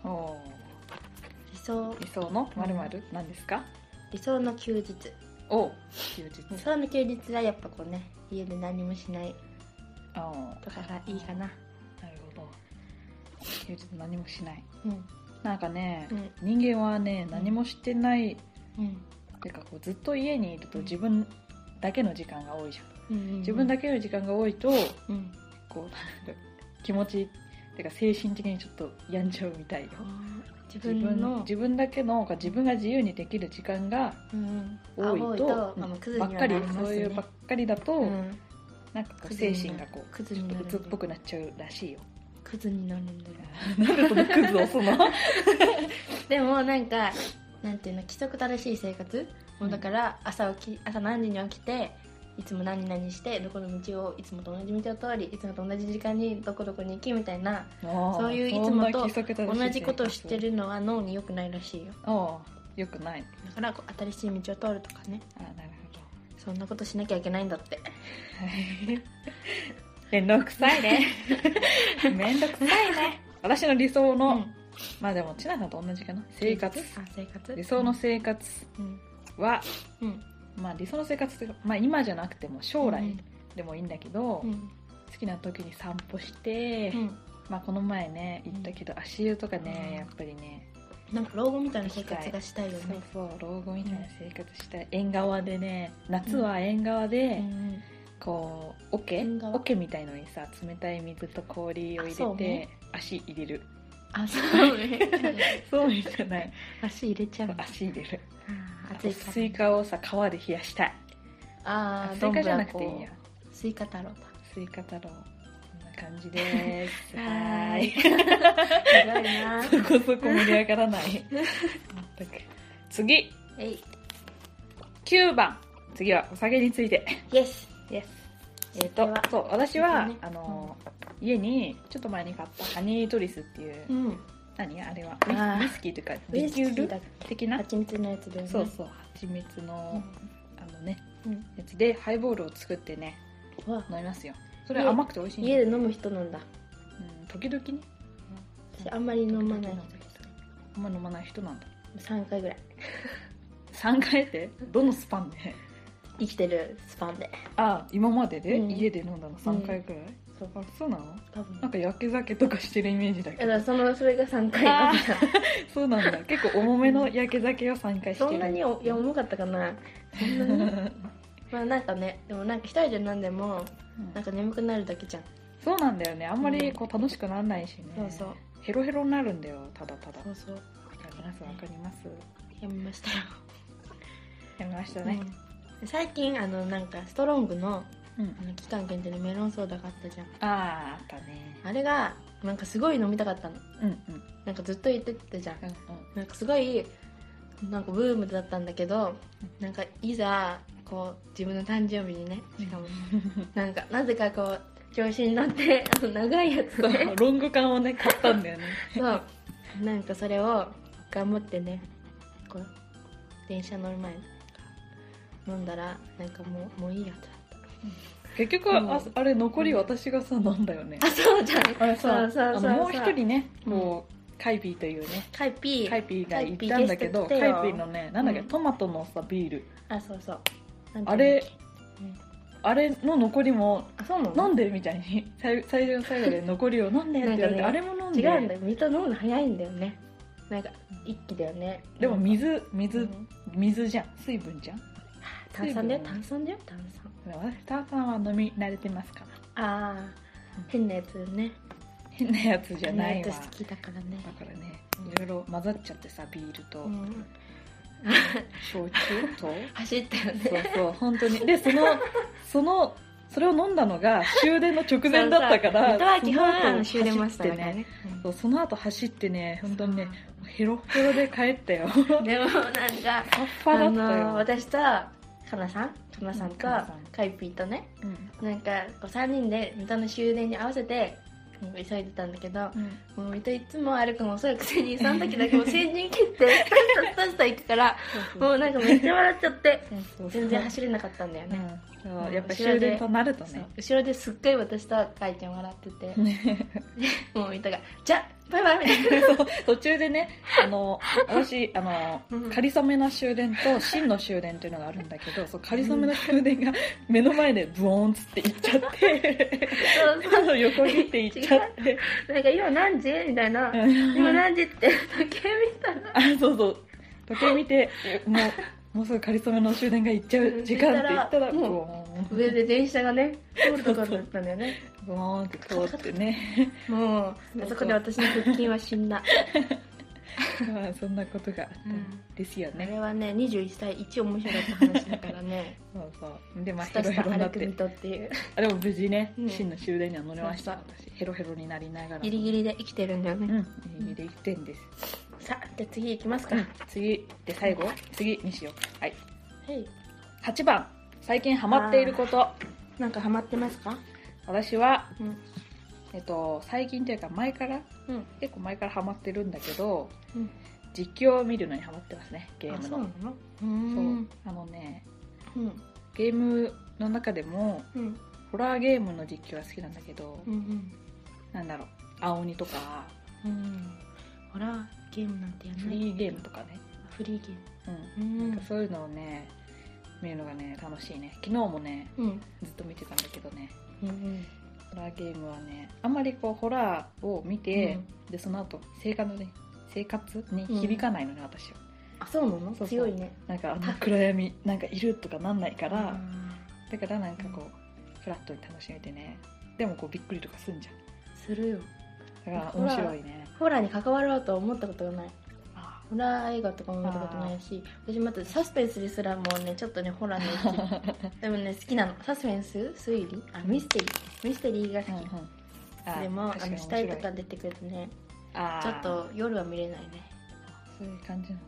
[SPEAKER 2] おー
[SPEAKER 1] 想
[SPEAKER 2] 理想のまるまる何ですか
[SPEAKER 1] 理想の休日
[SPEAKER 2] お休日
[SPEAKER 1] 理想の休日はやっぱこうね家で何もしない
[SPEAKER 2] あー
[SPEAKER 1] とかがいいかな
[SPEAKER 2] なるほど休日何もしない
[SPEAKER 1] うん
[SPEAKER 2] なんかね
[SPEAKER 1] う、ん
[SPEAKER 2] 人間はね何もしてない、
[SPEAKER 1] うん
[SPEAKER 2] てかこうずっと家にいると自分だけの時間が多いじゃん
[SPEAKER 1] うん
[SPEAKER 2] 自分だ
[SPEAKER 1] け
[SPEAKER 2] けの時間が多いと
[SPEAKER 1] うん
[SPEAKER 2] こうなんか気持ちてか精神的にちょっと病んじゃうみたいよ
[SPEAKER 1] 自
[SPEAKER 2] 自
[SPEAKER 1] 分
[SPEAKER 2] 分
[SPEAKER 1] の
[SPEAKER 2] 自分だけの自分が自由にできる時間が
[SPEAKER 1] うんあ
[SPEAKER 2] 多い
[SPEAKER 1] 多い
[SPEAKER 2] と
[SPEAKER 1] と
[SPEAKER 2] うん
[SPEAKER 1] あのクズ
[SPEAKER 2] ば
[SPEAKER 1] に
[SPEAKER 2] っ
[SPEAKER 1] は
[SPEAKER 2] か
[SPEAKER 1] な
[SPEAKER 2] り
[SPEAKER 1] りますね
[SPEAKER 2] そういうばっかりだと、
[SPEAKER 1] うん
[SPEAKER 2] なんかこう
[SPEAKER 1] クズ
[SPEAKER 2] 精
[SPEAKER 1] に
[SPEAKER 2] 神がこう
[SPEAKER 1] クズ
[SPEAKER 2] ちょ
[SPEAKER 1] に
[SPEAKER 2] っ
[SPEAKER 1] な
[SPEAKER 2] と
[SPEAKER 1] る
[SPEAKER 2] 鬱っぽくなっちゃうらしいよ
[SPEAKER 1] クズ になるんだよ
[SPEAKER 2] なん でそのクズをすんの
[SPEAKER 1] でもなんかなんていうの規則正しい生活、もうだから朝起き朝何時に起きていつも何々してどこの道をいつもと同じ道を通りいつもと同じ時間にどこどこに行きみたいな
[SPEAKER 2] そ
[SPEAKER 1] そういういつもと同じことをしてるのは脳に良くないらしいよ
[SPEAKER 2] ああよくない
[SPEAKER 1] だからこう新しい道を通るとかね
[SPEAKER 2] あなる ほど
[SPEAKER 1] そんなことしなきゃいけないんだって
[SPEAKER 2] はい面倒くさい ね面倒くさいね私の理想 の、
[SPEAKER 1] うん
[SPEAKER 2] まあでもちなさんと同じかな生活
[SPEAKER 1] あ生活
[SPEAKER 2] 理想の生活
[SPEAKER 1] うん
[SPEAKER 2] は、
[SPEAKER 1] うん
[SPEAKER 2] まあ、理想の生活というか、まあ、今じゃなくても将来でもいいんだけど、
[SPEAKER 1] うん
[SPEAKER 2] 好きな時に散歩して、
[SPEAKER 1] うん
[SPEAKER 2] まあ、この前ね行ったけど足湯とかね、
[SPEAKER 1] うん
[SPEAKER 2] やっぱりね
[SPEAKER 1] なんか老後みたいな生活がしたいよ
[SPEAKER 2] そう
[SPEAKER 1] ね
[SPEAKER 2] そう老後みたいな生活したい縁側でね夏は縁側で、
[SPEAKER 1] うん
[SPEAKER 2] こう桶
[SPEAKER 1] 縁側
[SPEAKER 2] 桶みたいのにさ冷たい水と氷を入れ
[SPEAKER 1] あそう
[SPEAKER 2] て、
[SPEAKER 1] ね
[SPEAKER 2] 足入れる
[SPEAKER 1] あ そうね
[SPEAKER 2] そうじゃない
[SPEAKER 1] 足入れちゃうの
[SPEAKER 2] 足入れる
[SPEAKER 1] あー
[SPEAKER 2] あ
[SPEAKER 1] 暑
[SPEAKER 2] と
[SPEAKER 1] いから
[SPEAKER 2] スイカをさ皮で冷やしたい
[SPEAKER 1] ああ
[SPEAKER 2] スイカじゃなくていいや
[SPEAKER 1] スイカ太郎だ
[SPEAKER 2] スイカ太郎こんな感じです
[SPEAKER 1] は
[SPEAKER 2] は
[SPEAKER 1] ーい
[SPEAKER 2] い
[SPEAKER 1] すごいな
[SPEAKER 2] そこそこ盛り上がらない全く次
[SPEAKER 1] えい
[SPEAKER 2] 9番次はお酒について
[SPEAKER 1] イエス
[SPEAKER 2] イエス
[SPEAKER 1] え
[SPEAKER 2] え
[SPEAKER 1] ー
[SPEAKER 2] っと
[SPEAKER 1] では
[SPEAKER 2] そう私は、
[SPEAKER 1] えっとね
[SPEAKER 2] あの、家にちょっと前に買ったハニートリスっていう
[SPEAKER 1] うん
[SPEAKER 2] 何あれは
[SPEAKER 1] あー
[SPEAKER 2] ウイスキーというか
[SPEAKER 1] ウイ
[SPEAKER 2] リ
[SPEAKER 1] ス
[SPEAKER 2] キ
[SPEAKER 1] キー
[SPEAKER 2] ュー
[SPEAKER 1] だ
[SPEAKER 2] ル
[SPEAKER 1] っ
[SPEAKER 2] 的
[SPEAKER 1] け
[SPEAKER 2] な
[SPEAKER 1] 蜂蜜のやつだよね
[SPEAKER 2] そうそう蜂蜜の、あのね
[SPEAKER 1] うんうん
[SPEAKER 2] やつでハイボールを作ってね
[SPEAKER 1] うわ
[SPEAKER 2] 飲みますよそれは甘くて美味しいん
[SPEAKER 1] 家で飲む人なんだ
[SPEAKER 2] うん、時々ね
[SPEAKER 1] 私あんまり飲まない人
[SPEAKER 2] あんま飲まない人なんだ
[SPEAKER 1] 3回ぐらい
[SPEAKER 2] 3回ってどのスパンで
[SPEAKER 1] 生きてるスパンで
[SPEAKER 2] ああ今までで、
[SPEAKER 1] うん
[SPEAKER 2] 家で飲んだの3回くらい、
[SPEAKER 1] そう
[SPEAKER 2] あそうなの
[SPEAKER 1] 多分
[SPEAKER 2] なんかやけ酒とかしてるイメージ
[SPEAKER 1] だ
[SPEAKER 2] だけ
[SPEAKER 1] か
[SPEAKER 2] ど
[SPEAKER 1] らそのそれが3回
[SPEAKER 2] あ そうなんだ結構重めのやけ酒を3回して
[SPEAKER 1] そ
[SPEAKER 2] る
[SPEAKER 1] んなにおいや重かったかな そんなにまあなんかねでもなんか一人で飲んでも
[SPEAKER 2] うん
[SPEAKER 1] なんか眠くなるだけじゃん
[SPEAKER 2] そうなんだよねあんまりこう楽しくならないしね、
[SPEAKER 1] そうそう
[SPEAKER 2] ヘロヘロになるんだよただただわ
[SPEAKER 1] そうそ
[SPEAKER 2] か
[SPEAKER 1] う
[SPEAKER 2] りますわかります
[SPEAKER 1] やめましたよ、
[SPEAKER 2] やめましたね
[SPEAKER 1] うん最近あのなんかストロングの
[SPEAKER 2] うん、
[SPEAKER 1] あの期間限定のメロンソーダがあったじゃん
[SPEAKER 2] あああったね
[SPEAKER 1] あれがなんかすごい飲みたかったの
[SPEAKER 2] うんうんうん
[SPEAKER 1] なんかずっと言ってたじゃん
[SPEAKER 2] うん
[SPEAKER 1] なんかすごいなんかブームだったんだけどなんかいざこう自分の誕生日にねしかもなんかなぜかこう調子に乗って あの長いやつ
[SPEAKER 2] そ
[SPEAKER 1] を
[SPEAKER 2] う
[SPEAKER 1] ね
[SPEAKER 2] ロング缶をね買ったんだよね
[SPEAKER 1] そうなんかそれを頑張ってねこう電車乗る前に飲んだらなんかもうもういいやと
[SPEAKER 2] 結局、
[SPEAKER 1] うん
[SPEAKER 2] ああれ残り私がさ飲んだよね
[SPEAKER 1] あそうじゃん
[SPEAKER 2] あれ
[SPEAKER 1] そ
[SPEAKER 2] さ
[SPEAKER 1] うそうそうそう
[SPEAKER 2] あのもう一人ねこう、カイピーというね
[SPEAKER 1] カイピー
[SPEAKER 2] カイピーが行ったんだけど
[SPEAKER 1] カ
[SPEAKER 2] カ
[SPEAKER 1] イ
[SPEAKER 2] イ
[SPEAKER 1] ピ
[SPEAKER 2] ピ
[SPEAKER 1] ーゲスト来てよ
[SPEAKER 2] ーのねなんだっけ、
[SPEAKER 1] うん
[SPEAKER 2] トマトのさビール
[SPEAKER 1] あそうそうなんていうんだっけ
[SPEAKER 2] あれ
[SPEAKER 1] うん
[SPEAKER 2] あれの残りも
[SPEAKER 1] あそうなの
[SPEAKER 2] 飲んでみたいに 最最初の最後で残りを飲んでって言われて、
[SPEAKER 1] なんかね
[SPEAKER 2] あれも飲んで
[SPEAKER 1] 違うんだよ水飲むの早いんだよねなんか一気だよね
[SPEAKER 2] でも水水、
[SPEAKER 1] うん
[SPEAKER 2] 水じゃん水分じゃん
[SPEAKER 1] 炭酸だよ
[SPEAKER 2] 水分
[SPEAKER 1] 炭酸だよ炭酸
[SPEAKER 2] 私炭酸は飲み慣れてますから
[SPEAKER 1] ああ変なやつね
[SPEAKER 2] 変なやつじゃないわ
[SPEAKER 1] 変なやつ
[SPEAKER 2] だ
[SPEAKER 1] 好きだからね
[SPEAKER 2] からねいろいろ混ざっちゃってさビールと
[SPEAKER 1] うん
[SPEAKER 2] 焼酎と、
[SPEAKER 1] 走ったよ
[SPEAKER 2] そう
[SPEAKER 1] ね
[SPEAKER 2] そう本当にでその そのそれを飲んだのが終電の直前だったから
[SPEAKER 1] 人は基本
[SPEAKER 2] その後
[SPEAKER 1] あの終電マスターだか
[SPEAKER 2] 走っ
[SPEAKER 1] ら
[SPEAKER 2] てね
[SPEAKER 1] ねうん
[SPEAKER 2] そうその後走ってね本当にねヘロヘロで帰ったよ
[SPEAKER 1] でもなんか
[SPEAKER 2] パッパ
[SPEAKER 1] あ
[SPEAKER 2] だ
[SPEAKER 1] の
[SPEAKER 2] ったよ、
[SPEAKER 1] ー私とかなさんかなさんと
[SPEAKER 2] かなさん
[SPEAKER 1] カイピーとね
[SPEAKER 2] うん
[SPEAKER 1] なんかこう3人で水戸の終電に合わせてうん急いでたんだけどもう水戸いつも歩くの遅いくせにその時だ けもう成人切ってスタスタスタスタ行くからもうなんかめっちゃ笑っちゃって
[SPEAKER 2] そうそう
[SPEAKER 1] 全然走れなかったんだよ
[SPEAKER 2] う
[SPEAKER 1] ね、
[SPEAKER 2] んそうやっぱ終電となると
[SPEAKER 1] そう
[SPEAKER 2] ね
[SPEAKER 1] 後ろですっごい私とかいちゃん笑ってて、もうみんなが「じゃバイバイ」みたいな
[SPEAKER 2] そう途中でねあの私あの
[SPEAKER 1] うん
[SPEAKER 2] 仮初めの終電 と真の終電っていうのがあるんだけどそう仮初めの終電が目の前でブオーンっつって行っちゃって
[SPEAKER 1] そうそ
[SPEAKER 2] そう横切って行っちゃって
[SPEAKER 1] うなんか今何時みたいな
[SPEAKER 2] うん
[SPEAKER 1] 今何時って時計見たら
[SPEAKER 2] あそうそう時計見てもうもうすぐ仮初めの終電が行っちゃう時間って言ったら
[SPEAKER 1] うん
[SPEAKER 2] ブオーン
[SPEAKER 1] 上で電車がね通るところだったんだよね
[SPEAKER 2] ブオーンって通ってね
[SPEAKER 1] もうあそこで私の腹筋は死んだ、
[SPEAKER 2] まあそんなことがあったんですよ
[SPEAKER 1] あ
[SPEAKER 2] ね
[SPEAKER 1] れはね21対1面白かった話だから ね
[SPEAKER 2] そうそうでまあ
[SPEAKER 1] ス
[SPEAKER 2] ヘ
[SPEAKER 1] タ
[SPEAKER 2] ロ
[SPEAKER 1] ス
[SPEAKER 2] ヘ
[SPEAKER 1] タ
[SPEAKER 2] ロにな
[SPEAKER 1] 歩
[SPEAKER 2] っ
[SPEAKER 1] く
[SPEAKER 2] て
[SPEAKER 1] 水戸っていう
[SPEAKER 2] あでも無事ね、
[SPEAKER 1] うん
[SPEAKER 2] 真の終電には乗れました
[SPEAKER 1] そう
[SPEAKER 2] 私ヘロヘロになりながら
[SPEAKER 1] ギリギリで生きてるんだよね、
[SPEAKER 2] うんギリギリで1点です、
[SPEAKER 1] さあじゃあ次行きますか、
[SPEAKER 2] うん次で最後次にしようはい
[SPEAKER 1] はい
[SPEAKER 2] 8番最近ハマっていること
[SPEAKER 1] なんかハマってますか
[SPEAKER 2] 私は、
[SPEAKER 1] うん
[SPEAKER 2] えっと、最近というか前から、
[SPEAKER 1] うん
[SPEAKER 2] 結構前からハマってるんだけど、
[SPEAKER 1] うん
[SPEAKER 2] 実況を見るのにハマってますねゲームの
[SPEAKER 1] あそうなのう
[SPEAKER 2] そうんあのね
[SPEAKER 1] うん
[SPEAKER 2] ゲームの中でも
[SPEAKER 1] うん
[SPEAKER 2] ホラーゲームの実況は好きなんだけど、
[SPEAKER 1] うん
[SPEAKER 2] なんだろう青鬼とか
[SPEAKER 1] うんホラーゲームなんてやんない
[SPEAKER 2] フリーゲームとかね、
[SPEAKER 1] フリーゲ
[SPEAKER 2] うん、
[SPEAKER 1] ーム
[SPEAKER 2] なんかそういうのをね見るのがね楽しいね昨日もね
[SPEAKER 1] うんうん
[SPEAKER 2] ずっと見てたんだけどね
[SPEAKER 1] うん
[SPEAKER 2] ホラーゲームはねあんまりこうホラーを見て、でその後生活に生活に響かないのね、私は
[SPEAKER 1] あそうなの
[SPEAKER 2] そうそう
[SPEAKER 1] 強いね
[SPEAKER 2] なんかあの暗闇なんかいるとかなんないか
[SPEAKER 1] あ
[SPEAKER 2] ら、だからなんかこうフラットに楽しめてねでもこうびっくりとかすんじゃん
[SPEAKER 1] するよ
[SPEAKER 2] だから面白いね
[SPEAKER 1] ホラーに関わろうと思ったことがない
[SPEAKER 2] あ
[SPEAKER 1] ホラー映画とかも見たことないし私またサスペンスですらもうねちょっとねホラー の
[SPEAKER 2] ー
[SPEAKER 1] 域でもね好きなのサスペンス推理あミステリーミステリーが
[SPEAKER 2] うんう
[SPEAKER 1] 好
[SPEAKER 2] ん
[SPEAKER 1] き
[SPEAKER 2] あー
[SPEAKER 1] でもあ
[SPEAKER 2] 確か
[SPEAKER 1] の
[SPEAKER 2] に
[SPEAKER 1] 死体と
[SPEAKER 2] 面
[SPEAKER 1] か
[SPEAKER 2] 白い
[SPEAKER 1] 出てくるとね
[SPEAKER 2] あー
[SPEAKER 1] ちょっと夜は見れないね
[SPEAKER 2] そういう感じなの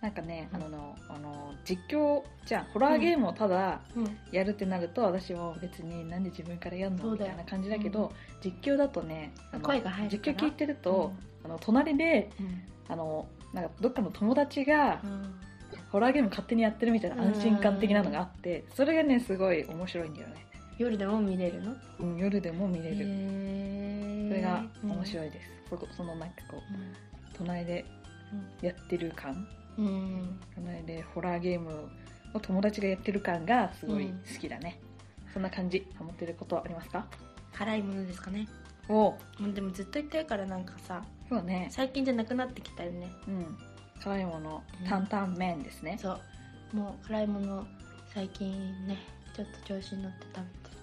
[SPEAKER 2] なんかね、
[SPEAKER 1] うん
[SPEAKER 2] あのあの実況じゃあホラーゲームをただ
[SPEAKER 1] うん
[SPEAKER 2] やるってなると、私も別になんで自分からやる
[SPEAKER 1] そ
[SPEAKER 2] の
[SPEAKER 1] う
[SPEAKER 2] み
[SPEAKER 1] だ
[SPEAKER 2] た
[SPEAKER 1] よ
[SPEAKER 2] いな感じだけど、実況だとねあの
[SPEAKER 1] 声が入るか
[SPEAKER 2] 実
[SPEAKER 1] ら
[SPEAKER 2] 況聞いてると、あの隣で
[SPEAKER 1] うん
[SPEAKER 2] あのなんかどっかの友達が
[SPEAKER 1] うん
[SPEAKER 2] ホラーゲーム勝手にやってるみたいな安心感的なのがあってそれがねすごい面白いんだよね、
[SPEAKER 1] 夜でも見れるの
[SPEAKER 2] うん、夜でも見れ
[SPEAKER 1] へ
[SPEAKER 2] る、
[SPEAKER 1] ー
[SPEAKER 2] それが面白いです、そこそのなんかこう隣でやってる感
[SPEAKER 1] うんうん
[SPEAKER 2] 隣でホラーゲームを友達がやってる感がすごい好きだね、そんな感じハモってることありますか
[SPEAKER 1] 辛いものですかね
[SPEAKER 2] お
[SPEAKER 1] もうでもずっと言ってるからなんかさ
[SPEAKER 2] そうね
[SPEAKER 1] 最近じゃなくなってきたよね
[SPEAKER 2] うん辛いもの
[SPEAKER 1] うん
[SPEAKER 2] 担々麺ですね、
[SPEAKER 1] そうもう辛いもの最近ねちょっと調子に乗って食べて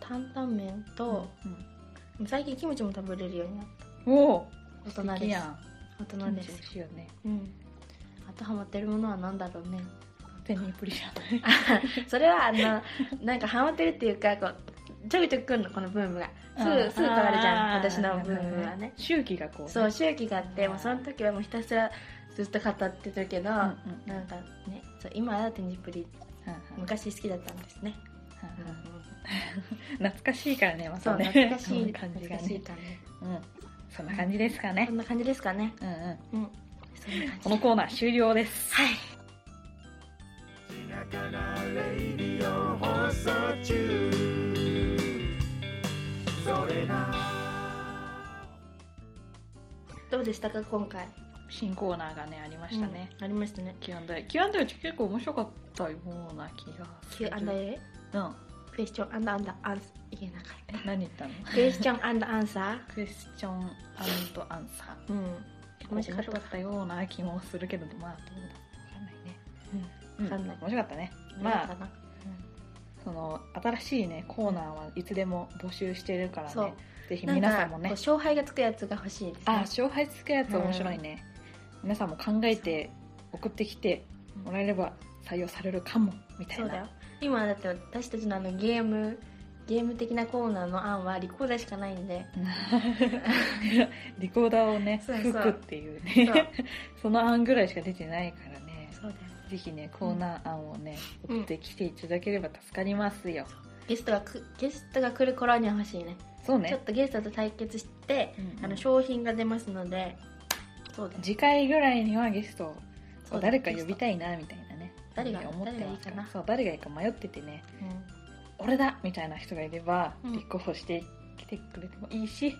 [SPEAKER 1] 担々麺と、最近キムチも食べれるようになっ
[SPEAKER 2] うん、おお
[SPEAKER 1] た大人で
[SPEAKER 2] い
[SPEAKER 1] す
[SPEAKER 2] や
[SPEAKER 1] 大
[SPEAKER 2] ん
[SPEAKER 1] 人
[SPEAKER 2] 美
[SPEAKER 1] です
[SPEAKER 2] 味しいよね
[SPEAKER 1] うんあとハマってるものは何だろうね
[SPEAKER 2] ペニープリじゃない
[SPEAKER 1] それはあのなんかハマってるっていうかこうちょいちょい来るのこのブームがす
[SPEAKER 2] あ
[SPEAKER 1] ぐ
[SPEAKER 2] ー
[SPEAKER 1] すぐ変わるじゃん
[SPEAKER 2] あー
[SPEAKER 1] 私のブームはね
[SPEAKER 2] 周期がこうね、
[SPEAKER 1] そう周期があってもう
[SPEAKER 2] あー
[SPEAKER 1] その時はもうひたすらずっと語ってるけど、
[SPEAKER 2] うんうん
[SPEAKER 1] なんかねそう今はテニプリ
[SPEAKER 2] うんうん
[SPEAKER 1] 昔好きだったんですね、
[SPEAKER 2] うんうん懐かしいからねま
[SPEAKER 1] そう
[SPEAKER 2] たね
[SPEAKER 1] 懐かし
[SPEAKER 2] こ
[SPEAKER 1] い
[SPEAKER 2] の感じが
[SPEAKER 1] 懐かしい
[SPEAKER 2] ね
[SPEAKER 1] 感じ、
[SPEAKER 2] うんそんな感じですかね
[SPEAKER 1] こんな感じですかね
[SPEAKER 2] うんうん
[SPEAKER 1] うんそんな感じ
[SPEAKER 2] このコーナー終了です
[SPEAKER 1] はい
[SPEAKER 3] ひなかなレイディオ放送中それな
[SPEAKER 1] どうでしたか今回
[SPEAKER 2] 新コーナーがねありましたね、
[SPEAKER 1] うんありましたね
[SPEAKER 2] Q&A Q&A 結構面白かったような気がする
[SPEAKER 1] Q&A
[SPEAKER 2] うん
[SPEAKER 1] クエスチョンアンダーアンダーアンス言えなかっ
[SPEAKER 2] え何言ったの
[SPEAKER 1] たクエスチョンアンダーアンサ
[SPEAKER 2] クエスチョンアンドアンサ
[SPEAKER 1] ーうん
[SPEAKER 2] ー面白かったような気もするけどまあどうだわかんないねう
[SPEAKER 1] わかんない
[SPEAKER 2] 面白かったね
[SPEAKER 1] ま
[SPEAKER 2] ま
[SPEAKER 1] あ
[SPEAKER 2] あその新しいねコーナーはいつでも募集してるから
[SPEAKER 1] そう
[SPEAKER 2] ねぜひ
[SPEAKER 1] なんか
[SPEAKER 2] 皆さんもね
[SPEAKER 1] こう勝敗がつくやつが欲しいですね
[SPEAKER 2] あ勝敗つくやつ面白いね、皆さんも考えて送ってきてもらえれば採用されるかもみたい
[SPEAKER 1] そうだよ
[SPEAKER 2] な
[SPEAKER 1] 今だって私たちのあのゲームゲーム的なコーナーの案はリコーダーしかないんで
[SPEAKER 2] リコーダーをね
[SPEAKER 1] そうそう
[SPEAKER 2] 吹くっていうね
[SPEAKER 1] そう
[SPEAKER 2] その案ぐらいしか出てないからね
[SPEAKER 1] そうだよ
[SPEAKER 2] ぜひねコーナー案をね、
[SPEAKER 1] うん
[SPEAKER 2] 送ってきていただければ助かりますよ、
[SPEAKER 1] ゲストがくゲストが来る頃には欲しいね
[SPEAKER 2] そう
[SPEAKER 1] ちょ
[SPEAKER 2] ね
[SPEAKER 1] っとゲストと対決して、
[SPEAKER 2] うんうん
[SPEAKER 1] あの商品が出ますのでそうだよ
[SPEAKER 2] 次回ぐらいにはゲスト
[SPEAKER 1] そう
[SPEAKER 2] を
[SPEAKER 1] だ
[SPEAKER 2] 誰か呼びた
[SPEAKER 1] い、
[SPEAKER 2] いなみたいなね
[SPEAKER 1] 誰が
[SPEAKER 2] 思っ
[SPEAKER 1] 誰
[SPEAKER 2] てます
[SPEAKER 1] がいい
[SPEAKER 2] か
[SPEAKER 1] からな
[SPEAKER 2] そう誰がいいか迷っててね
[SPEAKER 1] うん
[SPEAKER 2] 俺だみたいな人がいれば
[SPEAKER 1] うん
[SPEAKER 2] 立候補してきてくれてもいいし、こ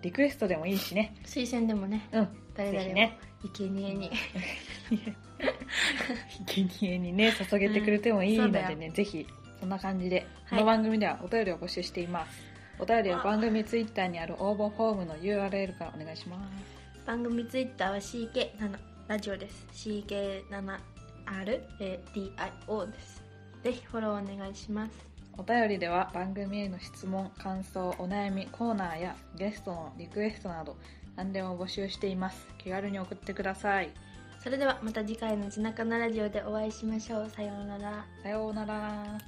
[SPEAKER 2] うリクエストでもいいしね
[SPEAKER 1] 推薦でもね
[SPEAKER 2] うん
[SPEAKER 1] 誰
[SPEAKER 2] ぜ
[SPEAKER 1] 々
[SPEAKER 2] ひ
[SPEAKER 1] も、
[SPEAKER 2] ね
[SPEAKER 1] 生贄に
[SPEAKER 2] 生贄にね捧げてくれてもいいので
[SPEAKER 1] うんそうだ
[SPEAKER 2] ね、ぜひそんな感じで、
[SPEAKER 1] はい
[SPEAKER 2] この番組ではお便りを募集していますお便りは番組ツイッターにある応募フォームの URL からお願いします
[SPEAKER 1] 番組ツイッターは CK7 ラジオです CK7RADIO ですぜひフォローお願いします
[SPEAKER 2] お便りでは番組への質問感想お悩みコーナーやゲストのリクエストなど何でも募集しています気軽に送ってください
[SPEAKER 1] それではまた次回の「ちなかなラジオ」でお会いしましょうさようなら
[SPEAKER 2] さようなら